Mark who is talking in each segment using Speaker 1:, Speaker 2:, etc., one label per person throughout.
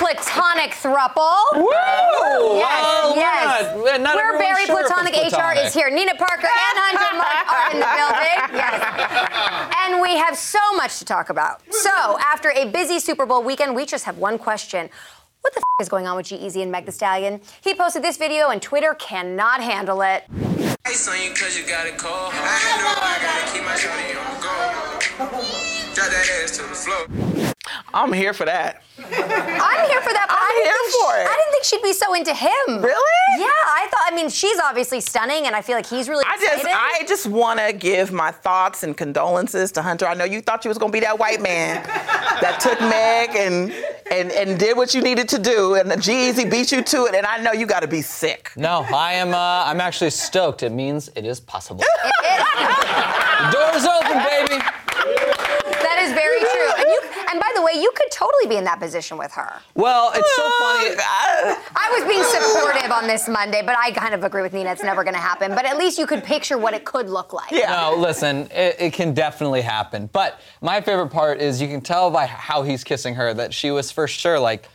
Speaker 1: platonic thruple.
Speaker 2: Woo!
Speaker 1: Yes,
Speaker 2: Well,
Speaker 1: yes.
Speaker 2: We're, not, not
Speaker 1: We're
Speaker 2: everyone's
Speaker 1: very
Speaker 2: sure if it's
Speaker 1: platonic. HR is here. Nina Parker and Hunter Mark are in the building. Yes. And we have so much to talk about. So, after a busy Super Bowl weekend, we just have one question. What the f- is going on with G-Eazy and Meg The Stallion? He posted this video and Twitter cannot handle it.
Speaker 3: Ice on you cause you got a cold. I know I gotta keep my shorty on go. Drop that ass to the floor.
Speaker 2: I'm here for that.
Speaker 1: I'm here for that. but I
Speaker 2: I'm
Speaker 1: didn't
Speaker 2: here
Speaker 1: think she-
Speaker 2: for it.
Speaker 1: I didn't think she'd be so into him.
Speaker 2: Really?
Speaker 1: Yeah, I thought. I mean, she's obviously stunning, and I feel like he's really.
Speaker 2: I just,
Speaker 1: excited.
Speaker 2: I just want to give my thoughts and condolences to Hunter. I know you thought you was gonna be that white man that took Meg and and and did what you needed to do, and the G-Eazy beat you to it, and I know you got to be sick.
Speaker 4: No, I am. Uh, I'm actually stoked. It means it is possible. The Doors open, baby.
Speaker 1: that is very true. And you, and by the way, you could totally be in that position with her.
Speaker 4: Well, it's so funny.
Speaker 2: I-
Speaker 1: I was being supportive on this Monday, but I kind of agree with Nina. It's never going to happen. But at least you could picture what it could look like.
Speaker 2: Yeah.
Speaker 4: No, listen, it, it can definitely happen. But my favorite part is you can tell by how he's kissing her that she was for sure like,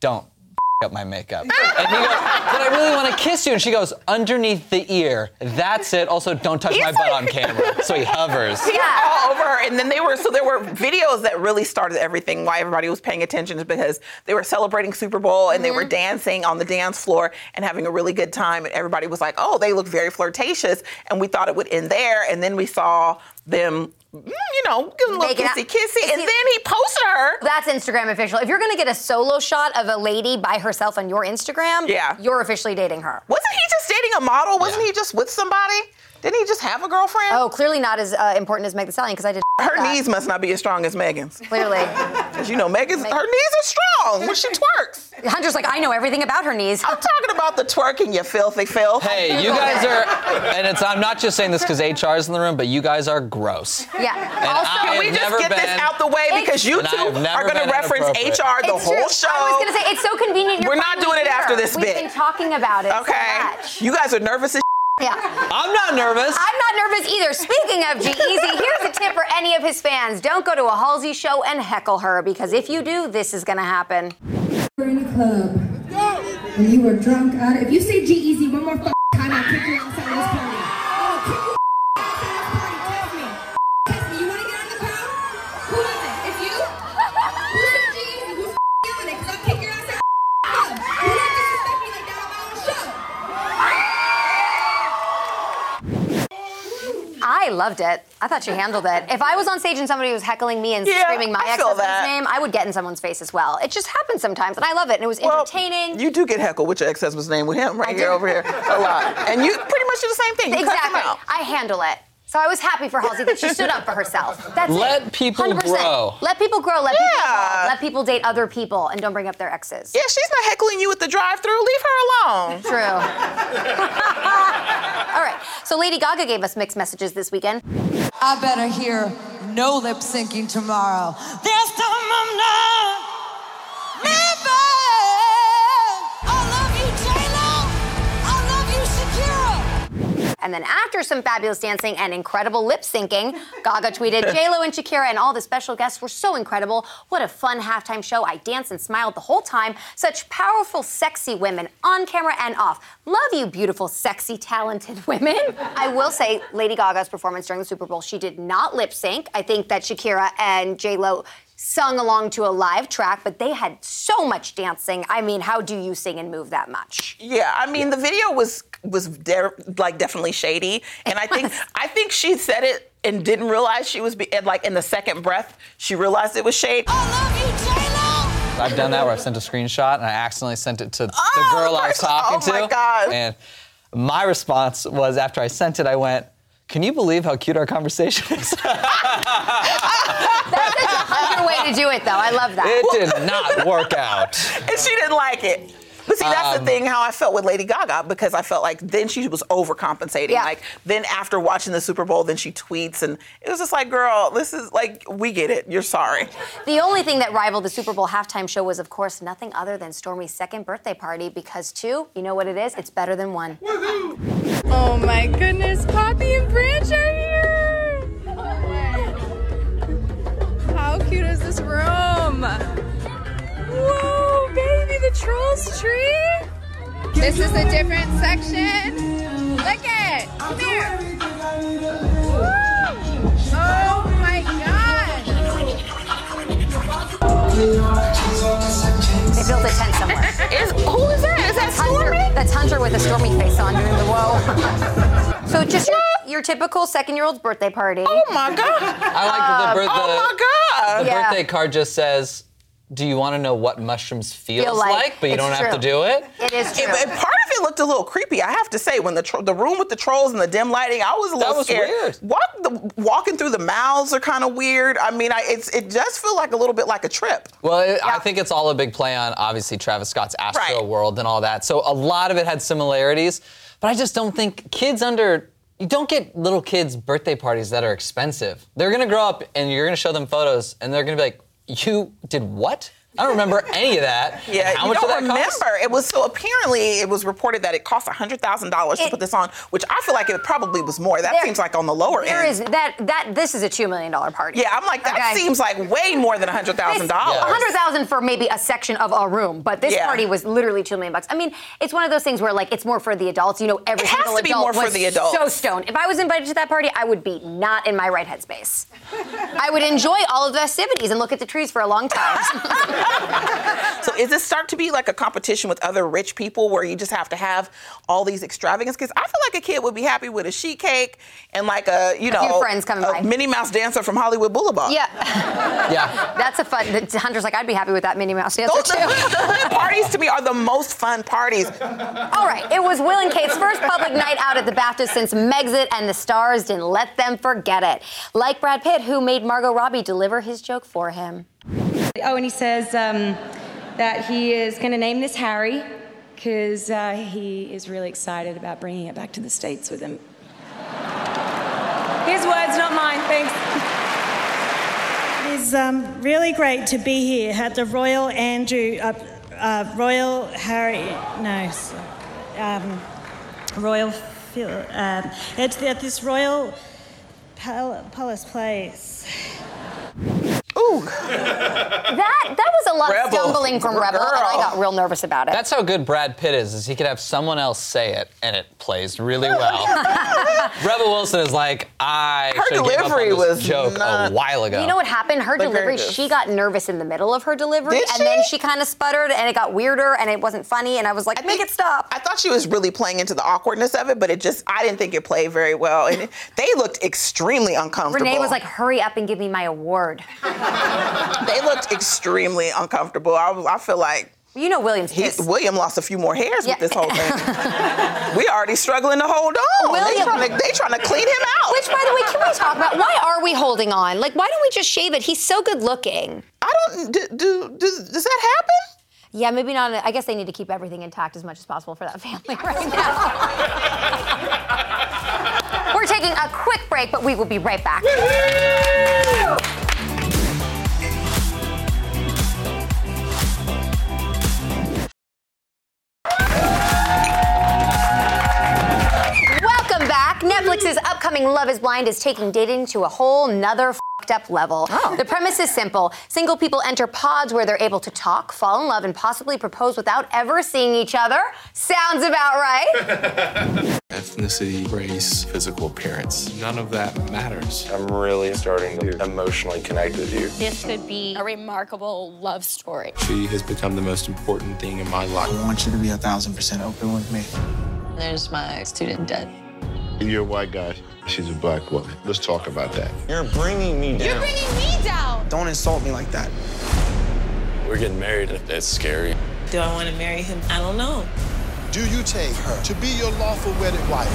Speaker 4: don't f- up my makeup. And he goes, but I really want to kiss you. And she goes, underneath the ear. That's it. Also, don't touch my
Speaker 2: He's
Speaker 4: butt
Speaker 2: like-
Speaker 4: on camera. So he hovers.
Speaker 1: Yeah.
Speaker 2: all over her. And then they were so there were videos that really started everything. Why everybody was paying attention is because they were celebrating Super Bowl and they
Speaker 1: Mm-hmm.
Speaker 2: were dancing on the dance floor and having a really good time. And everybody was like, "Oh, they look very flirtatious," and we thought it would end there. And then we saw them, mm, you know, giving a little
Speaker 1: Making out.
Speaker 2: kissy kissy.
Speaker 1: Is
Speaker 2: And
Speaker 1: he-
Speaker 2: then he posted her.
Speaker 1: That's Instagram official. If you're going to get a solo shot of a lady by herself on your Instagram,
Speaker 2: Yeah.
Speaker 1: you're officially dating her.
Speaker 2: Wasn't he just dating a model? Wasn't
Speaker 4: Yeah.
Speaker 2: he just with somebody? Didn't he just have a girlfriend?
Speaker 1: Oh, clearly not as uh, important as Meg Thee Stallion because I did.
Speaker 2: her
Speaker 1: that.
Speaker 2: knees must not be as strong as Megan's.
Speaker 1: Clearly.
Speaker 2: Because you know, Megan's, her knees are strong when she twerks.
Speaker 1: Hunter's like, I know everything about her knees.
Speaker 2: I'm talking about the twerking, you filthy filth.
Speaker 4: Hey, you guys are, and it's, I'm not just saying this because HR is in the room, but you guys are gross.
Speaker 1: Yeah. also,
Speaker 4: I
Speaker 2: Can we
Speaker 4: have
Speaker 2: just
Speaker 4: never
Speaker 2: get this
Speaker 4: been-
Speaker 2: out the way because you
Speaker 4: And I
Speaker 2: two
Speaker 4: have never
Speaker 2: are going
Speaker 4: been
Speaker 2: to reference
Speaker 4: inappropriate.
Speaker 2: HR the
Speaker 1: It's
Speaker 2: whole
Speaker 1: true.
Speaker 2: show.
Speaker 1: I was gonna say it's so convenient. You're
Speaker 2: We're not
Speaker 1: finally
Speaker 2: doing it
Speaker 1: here.
Speaker 2: after this
Speaker 1: We've
Speaker 2: bit.
Speaker 1: been talking about it. so much.
Speaker 2: okay. You guys are nervous as
Speaker 1: yeah.
Speaker 4: I'm not nervous.
Speaker 1: I'm not nervous either. Speaking of G-Eazy, here's a tip for any of his fans. Don't go to a Halsey show and heckle her because if you do, this is gonna happen.
Speaker 5: were in a club and you were drunk out of, if you say G Easy one more f- time, I'll kick you outside this party. I'll kick you outside this party. Trust me. Trust me. You want to get on the crowd? Who is it? It's you? Who said G Easy? Who's f- yelling it? Because I'll kick your ass out of the club. You don't disrespect me like that on my own show.
Speaker 1: I loved it. I thought she handled it. If I was on stage and somebody was heckling me and
Speaker 2: Yeah,
Speaker 1: screaming my
Speaker 2: I feel
Speaker 1: ex-husband's
Speaker 2: that.
Speaker 1: name, I would get in someone's face as well. It just happens sometimes, and I love it. And it was entertaining.
Speaker 2: You do get heckled with your ex husband's name with him
Speaker 1: I
Speaker 2: right here
Speaker 1: do.
Speaker 2: over here a lot. And you pretty much do the same thing. You cut them
Speaker 1: exactly.
Speaker 2: out.
Speaker 1: I handle it. So I was happy for Halsey that she stood up for herself. That's it.
Speaker 4: Let people
Speaker 1: 100%.
Speaker 4: grow.
Speaker 1: Let people grow. Let people
Speaker 2: Yeah.
Speaker 1: evolve. Let people date other people and don't bring up their exes.
Speaker 2: Yeah, she's not heckling you at the drive thru. Leave her alone.
Speaker 1: True. All right. So Lady Gaga gave us mixed messages this weekend.
Speaker 6: I better hear no lip syncing tomorrow. There's time I'm not living. I love you, J-Lo. I love you, Shakira.
Speaker 1: And then after some fabulous dancing and incredible lip syncing, Gaga tweeted, J-Lo and Shakira and all the special guests were so incredible. What a fun halftime show. I danced and smiled the whole time. Such powerful, sexy women on camera and off. Love you, beautiful, sexy, talented women. I will say Lady Gaga's performance during the Super Bowl, she did not lip sync. I think that Shakira and J-Lo sung along to a live track, but they had so much dancing. I mean, how do you sing and move that much?
Speaker 2: Yeah, I mean the video was was de- like definitely shady, and I think I think she said it and didn't realize she was be- and like in the second breath she realized it was shade.
Speaker 6: I love you, J-Lo.
Speaker 4: I've done that where I've sent a screenshot and I accidentally sent it to
Speaker 2: Oh,
Speaker 4: the girl
Speaker 2: the
Speaker 4: I was
Speaker 2: person-
Speaker 4: talking
Speaker 2: oh my
Speaker 4: to.
Speaker 2: God.
Speaker 4: And my response was after I sent it, I went, Can you believe how cute our conversation is?
Speaker 1: That's such a hunter way to do it, though. I love that.
Speaker 4: it did not work out.
Speaker 2: and she didn't like it. But see, that's
Speaker 4: Um,
Speaker 2: the thing how I felt with Lady Gaga because I felt like then she was overcompensating.
Speaker 1: Yeah.
Speaker 2: Like then after watching the Super Bowl, then she tweets and it was just like, girl, this is like we get it. You're sorry.
Speaker 1: The only thing that rivaled the Super Bowl halftime show was, of course, nothing other than Stormy's second birthday party because two, you know what it is? It's better than one.
Speaker 7: Oh my goodness, Poppy and Branch are here! Oh my. How cute is this room? Whoa, baby, the tree Christmas tree. This is a different section. Look at it. Come here. Woo! Oh my gosh.
Speaker 1: They built a tent somewhere.
Speaker 2: Is, who is that? Is that
Speaker 1: Hunter,
Speaker 2: Stormy?
Speaker 1: that's Hunter with a stormy face on doing the whoa. so just your, your typical second-year-old's birthday party.
Speaker 2: Oh my god!
Speaker 4: I like the, birth, the,
Speaker 2: Oh my
Speaker 4: the
Speaker 2: god!
Speaker 1: Yeah.
Speaker 4: birthday card just says, "Do you want to know what mushrooms feels
Speaker 1: Feel like.
Speaker 4: like, But you
Speaker 1: It's
Speaker 4: don't have to
Speaker 1: true.
Speaker 4: do it.
Speaker 1: It is true.
Speaker 2: It- it- part of it looked a little creepy, I have to say. When the tro- the room with the trolls and the dim lighting, I was a little
Speaker 4: was
Speaker 2: scared.
Speaker 4: weird.
Speaker 2: Walk the walking through the mouths are kind of weird. I mean, I, it's it does feel like a little bit like a trip.
Speaker 4: Well, it, I think it's all a big play on obviously Travis Scott's Astro
Speaker 2: Right.
Speaker 4: World and all that. So a lot of it had similarities, but I just don't think kids under you don't get little kids birthday parties that are expensive. They're gonna grow up and you're gonna show them photos and they're gonna be like, "You did what? I don't remember any of that.
Speaker 2: Yeah,
Speaker 4: how
Speaker 2: you
Speaker 4: much
Speaker 2: don't
Speaker 4: did that
Speaker 2: remember.
Speaker 4: cost?"
Speaker 2: It was so apparently it was reported that it cost hundred thousand dollars to
Speaker 1: It-
Speaker 2: put this on, which I feel like it probably was more. That
Speaker 1: There-
Speaker 2: seems like on the lower
Speaker 1: There
Speaker 2: end.
Speaker 1: is that that this is a two million dollar party.
Speaker 2: yeah, I'm like that
Speaker 1: Okay.
Speaker 2: seems like way more than hundred thousand
Speaker 4: Yeah.
Speaker 2: dollars.
Speaker 1: hundred thousand for maybe a section of a room, but this
Speaker 2: Yeah.
Speaker 1: party was literally two million bucks. I mean, it's one of those things where like it's more for the adults. You know, every
Speaker 2: It has
Speaker 1: single
Speaker 2: to be
Speaker 1: adult
Speaker 2: more for
Speaker 1: was
Speaker 2: the adults.
Speaker 1: so stoned. If I was invited to that party, I would be not in my right headspace. I would enjoy all of the festivities and look at the trees for a long time.
Speaker 2: So is this start to be like a competition with other rich people where you just have to have all these extravagance? Because I feel like a kid would be happy with a sheet cake and like a you know
Speaker 1: few friends coming by.
Speaker 2: a Minnie Mouse dancer from Hollywood Boulevard.
Speaker 1: yeah,
Speaker 4: Yeah,
Speaker 1: that's a fun. The Hunter's like, I'd be happy with that Minnie Mouse dancer
Speaker 2: Those, the,
Speaker 1: too.
Speaker 2: hood- the hood parties to me are the most fun parties.
Speaker 1: All right, it was Will and Kate's first public night out at the Baptist since Megxit, and the stars didn't let them forget it. Like Brad Pitt, who made Margot Robbie deliver his joke for him.
Speaker 8: Oh, and he says um, that he is going to name this Harry because uh, he is really excited about bringing it back to the States with him. His words, not mine. Thanks.
Speaker 9: It is um, really great to be here at the Royal Andrew, uh, uh, Royal Harry, no, s- um, Royal, Phil, um, at, at this Royal Pal- Palace Place.
Speaker 2: Ooh,
Speaker 1: That that was a lot of
Speaker 2: Rebel.
Speaker 1: stumbling from Rebel, and I
Speaker 2: Girl.
Speaker 1: got real nervous about it.
Speaker 4: that's how good Brad Pitt is. Is he could have someone else say it and it plays really well. Rebel Wilson is like, I
Speaker 2: Her
Speaker 4: should give up on
Speaker 2: delivery
Speaker 4: this
Speaker 2: was
Speaker 4: joke
Speaker 2: not-
Speaker 4: a while ago.
Speaker 1: you know what happened? Her
Speaker 2: Like
Speaker 1: delivery,
Speaker 2: Vegas.
Speaker 1: she got nervous in the middle of her delivery,
Speaker 2: Did
Speaker 1: and then
Speaker 2: she?
Speaker 1: she kind of sputtered, and it got weirder, and it wasn't funny, and I was like, make it stop.
Speaker 2: I thought she was really playing into the awkwardness of it, but it just I didn't think it played very well, and it- they looked extremely uncomfortable.
Speaker 1: Renee was like, hurry up and give me my award.
Speaker 2: they looked extremely uncomfortable. I, was, I feel like
Speaker 1: You know William's
Speaker 2: he,
Speaker 1: pissed.
Speaker 2: William lost a few more hairs
Speaker 1: Yeah.
Speaker 2: with this whole thing. we already struggling to hold on. They
Speaker 1: William-
Speaker 2: trying to, they trying to clean him out.
Speaker 1: Which, by the way, can we talk about why are we holding on? Like, why don't we just shave it? He's so good looking.
Speaker 2: I don't. Do, do, do- does that happen?
Speaker 1: Yeah, maybe not. I guess they need to keep everything intact as much as possible for that family right now. We're taking a quick break, but we will be right back. Welcome back. Netflix's upcoming Love is Blind is taking dating to a whole nother fed up level. The premise is simple. Single people enter pods where they're able to talk, fall in love, and possibly propose without ever seeing each other. Sounds about right.
Speaker 10: ethnicity, race, physical appearance. None of that matters.
Speaker 11: I'm really starting to emotionally connect with you.
Speaker 7: This could be a remarkable love story.
Speaker 10: She has become the most important thing in my life.
Speaker 11: want you to be a thousand percent open with me.
Speaker 6: There's my student debt.
Speaker 11: You're a white guy. She's a black woman. Let's talk about that.
Speaker 10: You're bringing me down.
Speaker 7: Bringing me down.
Speaker 11: Don't insult me like that.
Speaker 10: We're getting married. That's scary.
Speaker 9: Do I want to marry him? I don't know.
Speaker 11: Do you take her to be your lawful wedded wife?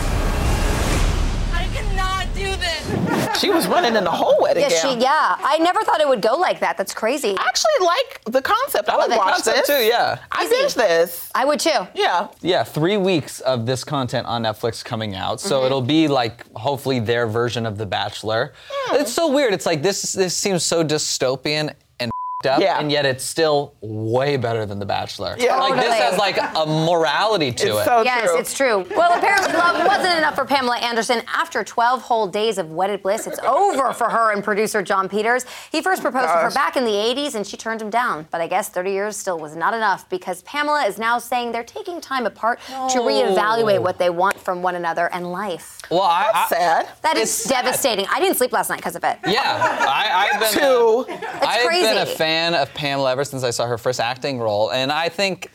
Speaker 7: I cannot do this.
Speaker 2: She was running in the whole wedding
Speaker 1: Yeah, she,
Speaker 2: gown.
Speaker 1: yeah. I never thought it would go like that. That's crazy.
Speaker 2: I actually like the concept. I, would
Speaker 1: love it.
Speaker 2: watch
Speaker 4: Concept
Speaker 2: this
Speaker 4: too, yeah.
Speaker 2: I
Speaker 1: Easy.
Speaker 2: binge this.
Speaker 1: I would too.
Speaker 2: Yeah.
Speaker 4: Yeah, three weeks of this content on Netflix coming out, so it'll be like hopefully their version of The Bachelor. It's so weird. It's like this. This seems so dystopian and up,
Speaker 2: Yeah.
Speaker 4: and yet it's still way better than The Bachelor.
Speaker 2: Yeah.
Speaker 4: Like this
Speaker 1: Totally.
Speaker 4: has like a morality to it.
Speaker 1: yes, it's true. Well, apparently love wasn't enough for Pamela Anderson. After 12 whole days of wedded bliss, it's over for her and producer John Peters. He first proposed to her
Speaker 2: Gosh.
Speaker 1: back in the 80s and she turned him down. But I guess 30 years still was not enough because Pamela is now saying they're taking time apart to
Speaker 4: No.
Speaker 1: reevaluate what they want from one another and life.
Speaker 4: well, I, I,
Speaker 2: sad.
Speaker 1: That is
Speaker 4: It's sad.
Speaker 1: devastating. I didn't sleep last night because of it.
Speaker 4: Yeah, I, I've been.
Speaker 2: Two.
Speaker 4: I've been a
Speaker 1: crazy.
Speaker 4: fan of Pamela ever since I saw her first acting role, and I think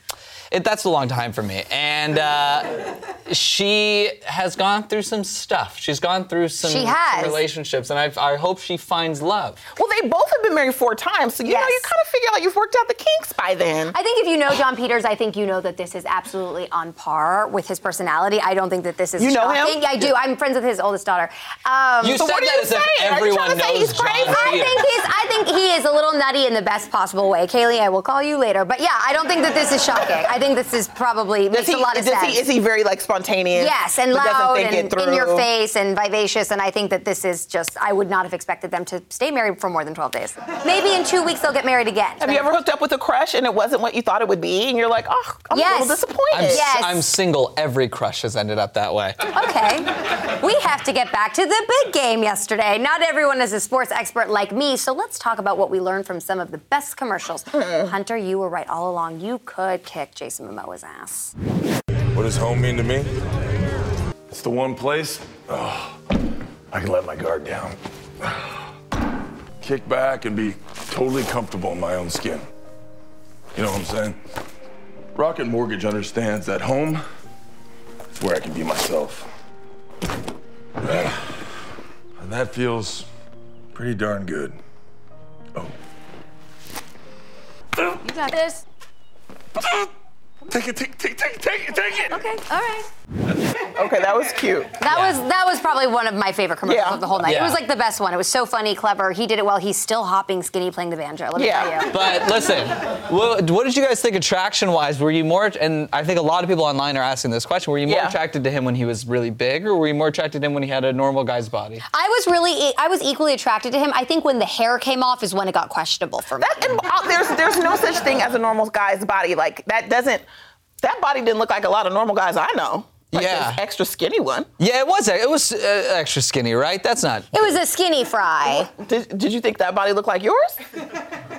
Speaker 4: it, that's a long time for me. And uh, she has gone through some stuff. She's gone through some,
Speaker 1: She has.
Speaker 4: some relationships, and I've, I hope she finds love.
Speaker 2: Well, they both have been married four times, so you know
Speaker 1: Yes.
Speaker 2: you kind of figure out you've worked out the kinks by then.
Speaker 1: I think if you know John Peters, I think you know that this is absolutely on par with his personality. I don't think that this is
Speaker 2: You know him?
Speaker 1: shocking. Yeah, I do. I'm friends with his oldest daughter. Um,
Speaker 4: You
Speaker 2: So
Speaker 4: said
Speaker 2: what are
Speaker 4: that
Speaker 2: you
Speaker 4: as if
Speaker 2: saying? Are you
Speaker 4: everyone
Speaker 2: trying to say
Speaker 4: knows
Speaker 2: he's
Speaker 4: John
Speaker 2: crazy?
Speaker 1: I
Speaker 4: Peters.
Speaker 1: think he's. I think he is a little nutty in the best possible way. Kaylee, I will call you later. But yeah, I don't think that this is shocking. I think this is probably makes
Speaker 2: Does he,
Speaker 1: a lot of
Speaker 2: does
Speaker 1: sense.
Speaker 2: he- is he very like spontaneous?
Speaker 1: yes, and
Speaker 2: but
Speaker 1: loud
Speaker 2: doesn't think
Speaker 1: and
Speaker 2: it through?
Speaker 1: in your face and vivacious. And I think that this is just. I would not have expected them to stay married for more than 12 days. Maybe in two weeks they'll get married again.
Speaker 2: Have you ever hooked up with a crush and it wasn't what you thought it would be, and you're like, oh, I'm
Speaker 1: Yes.
Speaker 2: a little
Speaker 4: I'm,
Speaker 2: disappointed.
Speaker 4: s-
Speaker 1: Yes.
Speaker 4: I'm single. Every crush has ended up that way.
Speaker 1: Okay. We have to get back to the big game yesterday. Not everyone is a sports expert like me, so let's talk about what we learned from some of the best commercials.
Speaker 2: Hmm.
Speaker 1: Hunter, you were right all along. You could kick Jason Momoa's ass.
Speaker 12: What does home mean to me? It's the one place oh, I can let my guard down, kick back, and be totally comfortable in my own skin. You know what I'm saying? Rocket Mortgage understands that home is where I can be myself. Yeah. And that feels pretty darn good.
Speaker 7: You got this.
Speaker 12: Take it, take, take, take, take it, take it.
Speaker 7: Okay, all right.
Speaker 2: okay, that was cute.
Speaker 1: That was that was probably one of my favorite commercials
Speaker 2: Yeah.
Speaker 1: of the whole night. It
Speaker 4: Yeah.
Speaker 1: was like the best one. It was so funny, clever. He did it well. He's still hopping, skinny, playing the banjo. Let me
Speaker 2: Yeah.
Speaker 1: tell you.
Speaker 4: But listen, what, what did you guys think attraction wise? Were you more, and I think a lot of people online are asking this question, were you more
Speaker 2: Yeah.
Speaker 4: attracted to him when he was really big, or were you more attracted to him when he had a normal guy's body?
Speaker 1: I was really e, I was equally attracted to him. I think when the hair came off is when it got questionable for me.
Speaker 2: That and uh, there's there's no such thing as a normal guy's body. Like that doesn't that body didn't look like a lot of normal guys I know. Like
Speaker 4: Yeah.
Speaker 2: this extra skinny one.
Speaker 4: Yeah, it was. It was uh, extra skinny, right? That's not.
Speaker 1: It was a skinny fry.
Speaker 2: Did, did you think that body looked like yours?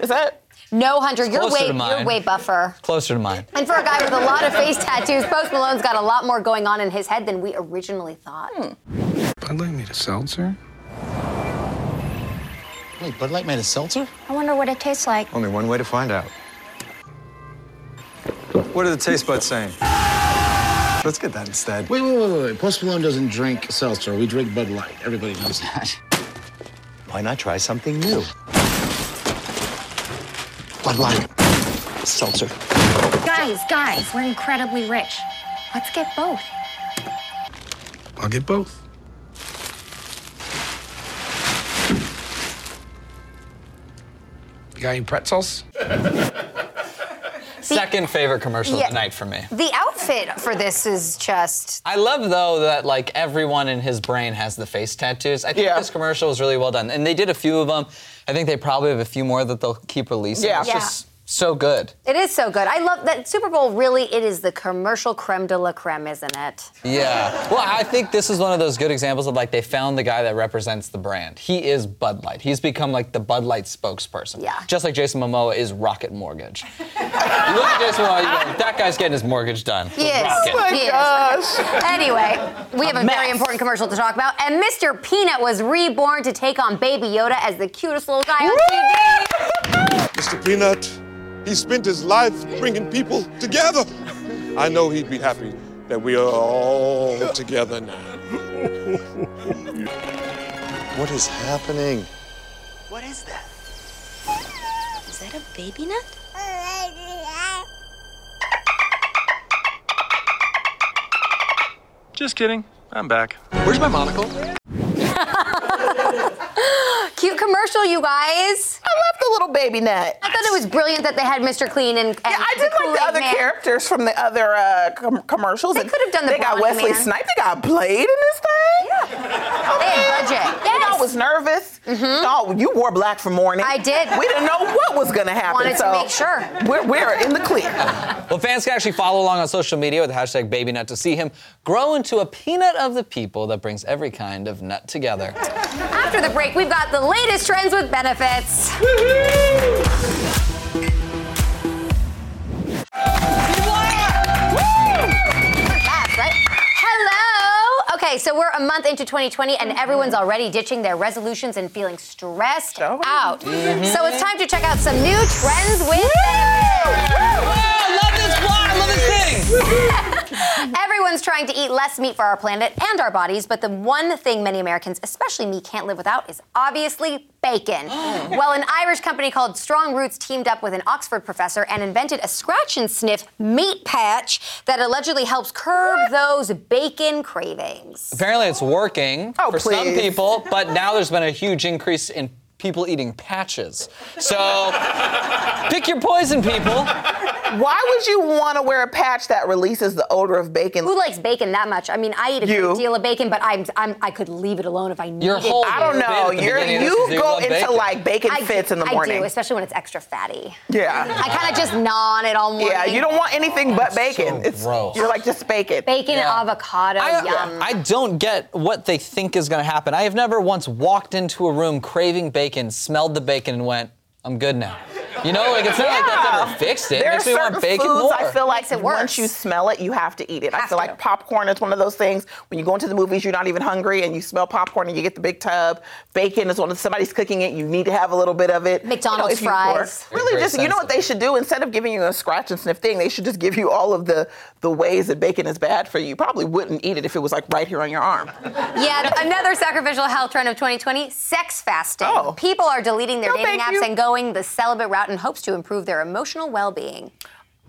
Speaker 2: Is that
Speaker 1: No, Hunter, you're
Speaker 4: closer
Speaker 1: way
Speaker 4: to
Speaker 1: you're
Speaker 4: mine.
Speaker 1: way buffer.
Speaker 4: Closer to mine.
Speaker 1: And for a guy with a lot of face tattoos, Post Malone's got a lot more going on in his head than we originally thought.
Speaker 2: Hmm.
Speaker 13: Bud Light made a seltzer? Wait, Bud Light made a seltzer?
Speaker 14: I wonder what it tastes like.
Speaker 13: Only one way to find out. What are the taste buds saying? Let's get that instead.
Speaker 14: Wait, wait, wait, wait, wait. Post Malone doesn't drink seltzer. We drink Bud Light. Everybody knows that.
Speaker 13: Why not try something new? Bud Light. Seltzer.
Speaker 14: Guys, guys, we're incredibly rich. Let's get both.
Speaker 13: I'll get both. You got any pretzels?
Speaker 4: Second favorite commercial
Speaker 1: Yeah.
Speaker 4: of the night for me.
Speaker 1: The outfit for this is just.
Speaker 4: I love though that like everyone in his brain has the face tattoos. I think
Speaker 2: Yeah.
Speaker 4: this commercial is really well done, and they did a few of them. I think they probably have a few more that they'll keep releasing.
Speaker 2: Yeah.
Speaker 4: It's
Speaker 1: Yeah.
Speaker 4: just so good.
Speaker 1: It is so good. I love that Super Bowl. Really, it is the commercial creme de la creme, isn't it?
Speaker 4: Yeah. Well, I think this is one of those good examples of like they found the guy that represents the brand. He is Bud Light. He's become like the Bud Light spokesperson.
Speaker 1: Yeah.
Speaker 4: Just like Jason Momoa is Rocket Mortgage. you look at Jason Momoa, you go, that guy's getting his mortgage done. with
Speaker 1: Yes.
Speaker 4: Rocket."
Speaker 2: Oh my
Speaker 1: Yes.
Speaker 2: gosh.
Speaker 1: Anyway, we have a very important commercial to talk about, and Mr. Peanut was reborn to take on Baby Yoda as the cutest little guy on TV.
Speaker 15: Mr. Peanut, he spent his life bringing people together. I know he'd be happy that we are all together now.
Speaker 13: What is happening?
Speaker 16: What is that? Is that a baby nut?
Speaker 10: Just kidding. I'm back.
Speaker 13: Where's my monocle?
Speaker 1: Cute cute commercial, you guys.
Speaker 2: I love the little baby nut.
Speaker 1: I thought it was brilliant that they had Mr. Clean and, and
Speaker 2: yeah, I did like the other characters from the other uh, com- commercials.
Speaker 1: They could have done the
Speaker 2: They got
Speaker 1: Bronze
Speaker 2: Wesley
Speaker 1: Man.
Speaker 2: Snipes. They got played in this thing.
Speaker 1: Yeah. They had budget. Mm-hmm.
Speaker 2: You know, I was nervous. No, you wore black for morning. I
Speaker 1: did.
Speaker 2: We didn't know what was going to happen.
Speaker 1: Wanted
Speaker 2: so
Speaker 1: to make sure.
Speaker 2: We're, we're in the clear.
Speaker 4: Well, fans can actually follow along on social media with the hashtag BabyNut to see him grow into a peanut of the people that brings every kind of nut together.
Speaker 1: After the break, we've got the latest trends with benefits. Fast, right? Hello. Okay, so we're a month into 2020 and everyone's already ditching their resolutions and feeling stressed out. So it's time to check out some new trends with Everyone's trying to eat less meat for our planet and our bodies, but the one thing many Americans, especially me, can't live without is obviously bacon. well, an Irish company called Strong Roots teamed up with an Oxford professor and invented a scratch and sniff meat patch that allegedly helps curb those bacon cravings.
Speaker 4: Apparently, it's working for some
Speaker 1: please.
Speaker 4: people, but now there's been a huge increase in people eating patches. So pick your poison, people.
Speaker 2: Why would you want to wear a patch that releases the odor of bacon?
Speaker 1: Who likes bacon that much? I mean, I eat a
Speaker 2: You.
Speaker 1: great deal of bacon, but I'm, I'm I could leave it alone if I needed.
Speaker 4: You're whole.
Speaker 2: I don't know.
Speaker 4: You've been at the
Speaker 2: You're,
Speaker 4: beginning of
Speaker 2: you
Speaker 4: this, you
Speaker 2: go
Speaker 4: love
Speaker 2: into
Speaker 4: bacon.
Speaker 2: like bacon
Speaker 1: I
Speaker 2: fits
Speaker 1: do-
Speaker 2: in the
Speaker 1: I
Speaker 2: morning.
Speaker 1: do, especially when it's extra fatty.
Speaker 2: Yeah.
Speaker 1: I kind of just gnaw on it all morning.
Speaker 2: Yeah, you don't want anything but bacon. it's
Speaker 4: gross.
Speaker 2: You're like just bacon.
Speaker 1: Bacon
Speaker 4: Yeah.
Speaker 1: and avocado, yum.
Speaker 4: I don't get what they think is going to happen. I have never once walked into a room craving bacon, smelled the bacon, and went, I'm good now. You know, like it's not like that's ever fixed it.
Speaker 2: There
Speaker 4: it
Speaker 2: are
Speaker 4: makes me
Speaker 2: certain
Speaker 4: want bacon
Speaker 2: foods
Speaker 4: more.
Speaker 2: I feel like
Speaker 1: it
Speaker 2: once you smell it, you have to eat it. I feel like popcorn is one of those things. When you go into the movies, you're not even hungry, and you smell popcorn, and you get the big tub. Bacon is one of somebody's cooking it. You need to have a little bit of it.
Speaker 1: McDonald's
Speaker 2: you if you- or
Speaker 1: fries.
Speaker 2: Really,
Speaker 4: Great
Speaker 2: just you know what they should do instead of giving you a scratch and sniff thing, they should just give you all of the the ways that bacon is bad for you. You probably wouldn't eat it if it was like right here on your arm.
Speaker 1: Yeah, th- another sacrificial health trend of 2020 sex fasting.
Speaker 2: Oh.
Speaker 1: People are deleting their
Speaker 2: No,
Speaker 1: dating
Speaker 2: thank
Speaker 1: apps
Speaker 2: you.
Speaker 1: and going the celibate route in hopes to improve their emotional well being.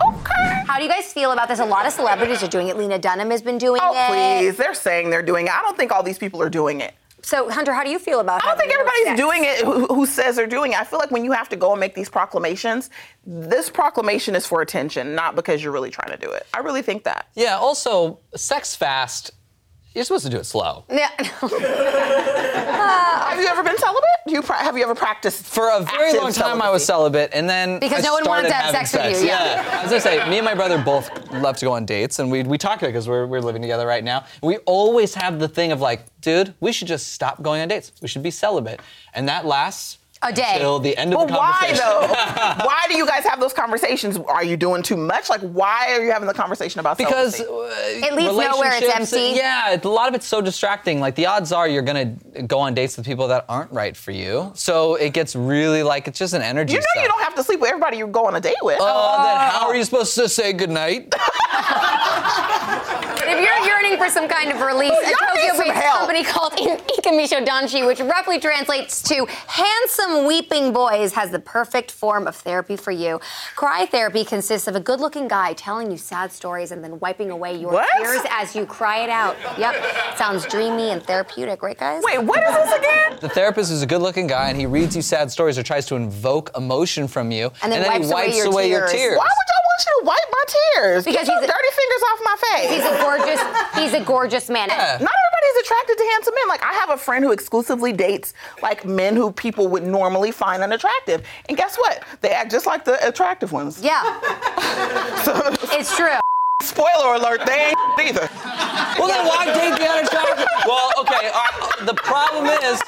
Speaker 1: Okay. How do you guys feel about this? A lot of celebrities are doing it. Lena Dunham has been doing
Speaker 2: Oh
Speaker 1: it.
Speaker 2: please, they're saying they're doing it. I don't think all these people are doing it.
Speaker 1: So, Hunter, how do you feel about it?
Speaker 2: I don't think everybody's doing it who, who says they're doing it. I feel like when you have to go and make these proclamations, this proclamation is for attention, not because you're really trying to do it. I really think that.
Speaker 4: Yeah, also, sex fast, you're supposed to do it slow.
Speaker 1: Yeah.
Speaker 2: have you ever been celibate? Do you pra- have you ever practiced?
Speaker 4: For a very
Speaker 2: active
Speaker 4: long time, I was celibates. celibate, and then
Speaker 1: Because
Speaker 4: I
Speaker 1: no one wanted to
Speaker 4: started
Speaker 1: have
Speaker 4: having
Speaker 1: sex with you, yeah.
Speaker 4: I was gonna say, me and my brother both love to go on dates, and we we talk about it because we're we're living together right now. We always have the thing of like, dude, we should just stop going on dates. We should be celibate, and that lasts
Speaker 1: A day.
Speaker 4: until the end of
Speaker 2: But
Speaker 4: the
Speaker 2: why
Speaker 4: conversation.
Speaker 2: though? why do you guys have those conversations? Are you doing too much? Like, why are you having the conversation about
Speaker 4: Because, uh,
Speaker 2: celibacy?
Speaker 1: It leaves nowhere, it's
Speaker 4: Relationships,
Speaker 1: empty.
Speaker 4: Yeah, it- a lot of it's so distracting. Like the odds are you're gonna go on dates with people that aren't right for you. So it gets really like it's just an energy.
Speaker 2: you know
Speaker 4: suck.
Speaker 2: you don't have to sleep with everybody you go on a date with.
Speaker 4: Oh, then how are you supposed to say goodnight?
Speaker 1: But if you're yearning for some kind of release,
Speaker 2: Oh,
Speaker 1: a
Speaker 2: y'all need some
Speaker 1: Tokyo-based
Speaker 2: help.
Speaker 1: company called In- Ikamisho Danshi, which roughly translates to handsome weeping boys, has the perfect form of therapy for you. Cry therapy consists of a good-looking guy telling you sad stories and then wiping away your
Speaker 2: What?
Speaker 1: tears as you cry it out. Yep. Sounds dreamy and therapeutic, right, guys?
Speaker 2: Wait, what is this again?
Speaker 4: The therapist is a good-looking guy, and he reads you sad stories or tries to invoke emotion from you,
Speaker 1: And then
Speaker 4: he
Speaker 1: wipes away
Speaker 4: wipes
Speaker 1: your
Speaker 4: away your
Speaker 1: tears.
Speaker 4: tears.
Speaker 2: Why would y'all want you to wipe my tears?
Speaker 1: Because
Speaker 2: Get your
Speaker 1: he's a-
Speaker 2: dirty fingers off my face.
Speaker 1: He's a gorgeous. He's a gorgeous man.
Speaker 2: Not everybody's attracted to handsome men. Like I have a friend who exclusively dates like men who people would normally find unattractive. And guess what? They act just like the attractive ones.
Speaker 1: Yeah. it's true.
Speaker 2: Spoiler alert, they ain't either.
Speaker 4: Well, then why date the unattractive? well, okay. uh, the problem is,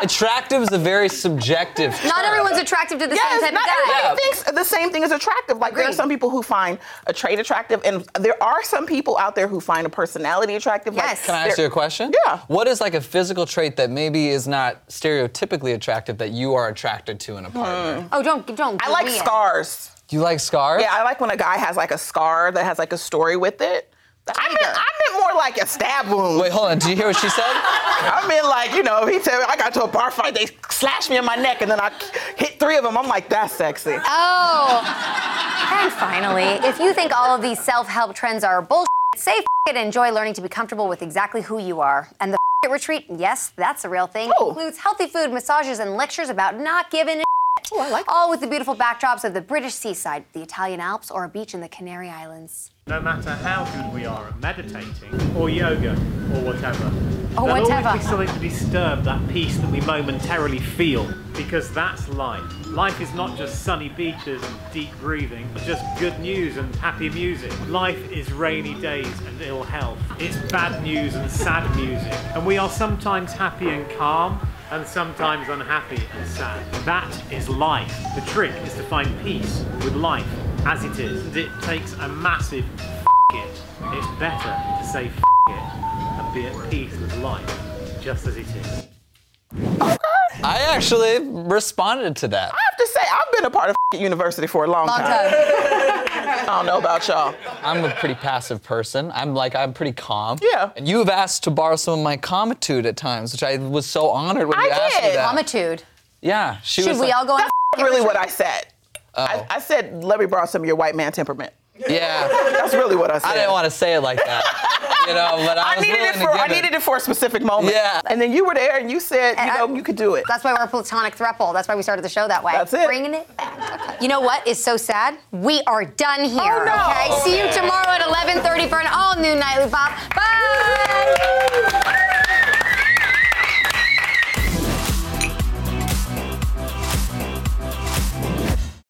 Speaker 4: attractive is a very subjective.
Speaker 1: Not
Speaker 4: term.
Speaker 1: everyone's attractive to the
Speaker 2: Yes,
Speaker 1: same type
Speaker 2: not
Speaker 1: of guy.
Speaker 2: everybody thinks the same thing is attractive. Like there are
Speaker 1: Agreed.
Speaker 2: some people who find a trait attractive, and there are some people out there who find a personality attractive. Like,
Speaker 1: Yes.
Speaker 4: Can I ask
Speaker 2: they're-
Speaker 4: you a question?
Speaker 2: Yeah.
Speaker 4: What is like a physical trait that maybe is not stereotypically attractive that you are attracted to in a partner?
Speaker 1: Oh, don't don't.
Speaker 2: I like
Speaker 1: be in.
Speaker 2: scars.
Speaker 4: Do you like scars?
Speaker 2: Yeah, I like when a guy has like a scar that has like a story with it. I meant, I meant more like a stab wound.
Speaker 4: Wait, hold on. Did you hear what she said?
Speaker 2: I mean, like, you know, he said, I got to a bar fight, they slashed me in my neck, and then I hit three of them. I'm like, that's sexy.
Speaker 1: Oh. And finally, if you think all of these self help trends are bullshit, say f it and enjoy learning to be comfortable with exactly who you are and the retreat, yes, that's a real thing, includes healthy food, massages, and lectures about not giving a
Speaker 2: Oh, I like
Speaker 1: All with the beautiful backdrops of the British seaside, the Italian Alps, or a beach in the Canary Islands.
Speaker 17: No matter how good we are at meditating or yoga or whatever,
Speaker 1: Or
Speaker 17: there'll
Speaker 1: whatever.
Speaker 17: always be something to disturb that peace that we momentarily feel because that's life. Life is not just sunny beaches and deep breathing, just good news and happy music. Life is rainy days and ill health. It's bad news and sad music. And we are sometimes happy and calm and sometimes unhappy and sad. That is life. The trick is to find peace with life as it is. And it takes a massive f- it. It's better to say f- it and be at peace with life just as it is.
Speaker 4: I actually responded to that.
Speaker 2: I have to say, I've been a part of university for a long,
Speaker 4: Long
Speaker 2: I don't know about y'all.
Speaker 4: I'm a pretty passive person. I'm like, I'm pretty calm.
Speaker 2: Yeah.
Speaker 4: And you've asked to borrow some of my calmitude at times, which I was so honored when
Speaker 1: I
Speaker 4: you asked me
Speaker 1: did.
Speaker 4: that.
Speaker 1: Calmitude.
Speaker 4: Yeah. She
Speaker 1: Should
Speaker 4: was
Speaker 1: we
Speaker 4: like-
Speaker 1: all go on
Speaker 2: That's not really what I said.
Speaker 4: Oh.
Speaker 2: I, I said, let me borrow some of your white man temperament.
Speaker 4: Yeah.
Speaker 2: That's really what I said.
Speaker 4: I didn't want to say it like that. You know, but I,
Speaker 2: I
Speaker 4: was
Speaker 2: needed
Speaker 4: willing
Speaker 2: it
Speaker 4: to
Speaker 2: for
Speaker 4: give
Speaker 2: I
Speaker 4: it.
Speaker 2: needed it for a specific moment.
Speaker 4: Yeah.
Speaker 2: And then you were there and you said, you know, you could do it.
Speaker 1: That's why we're a platonic throuple. That's why we started the show that way.
Speaker 2: That's it.
Speaker 1: Bringing it back. You know what is so sad?
Speaker 2: Oh,
Speaker 1: We are done here. Okay. See you
Speaker 2: Okay.
Speaker 1: tomorrow at 11:30 for an all-new nightly pop. Bye.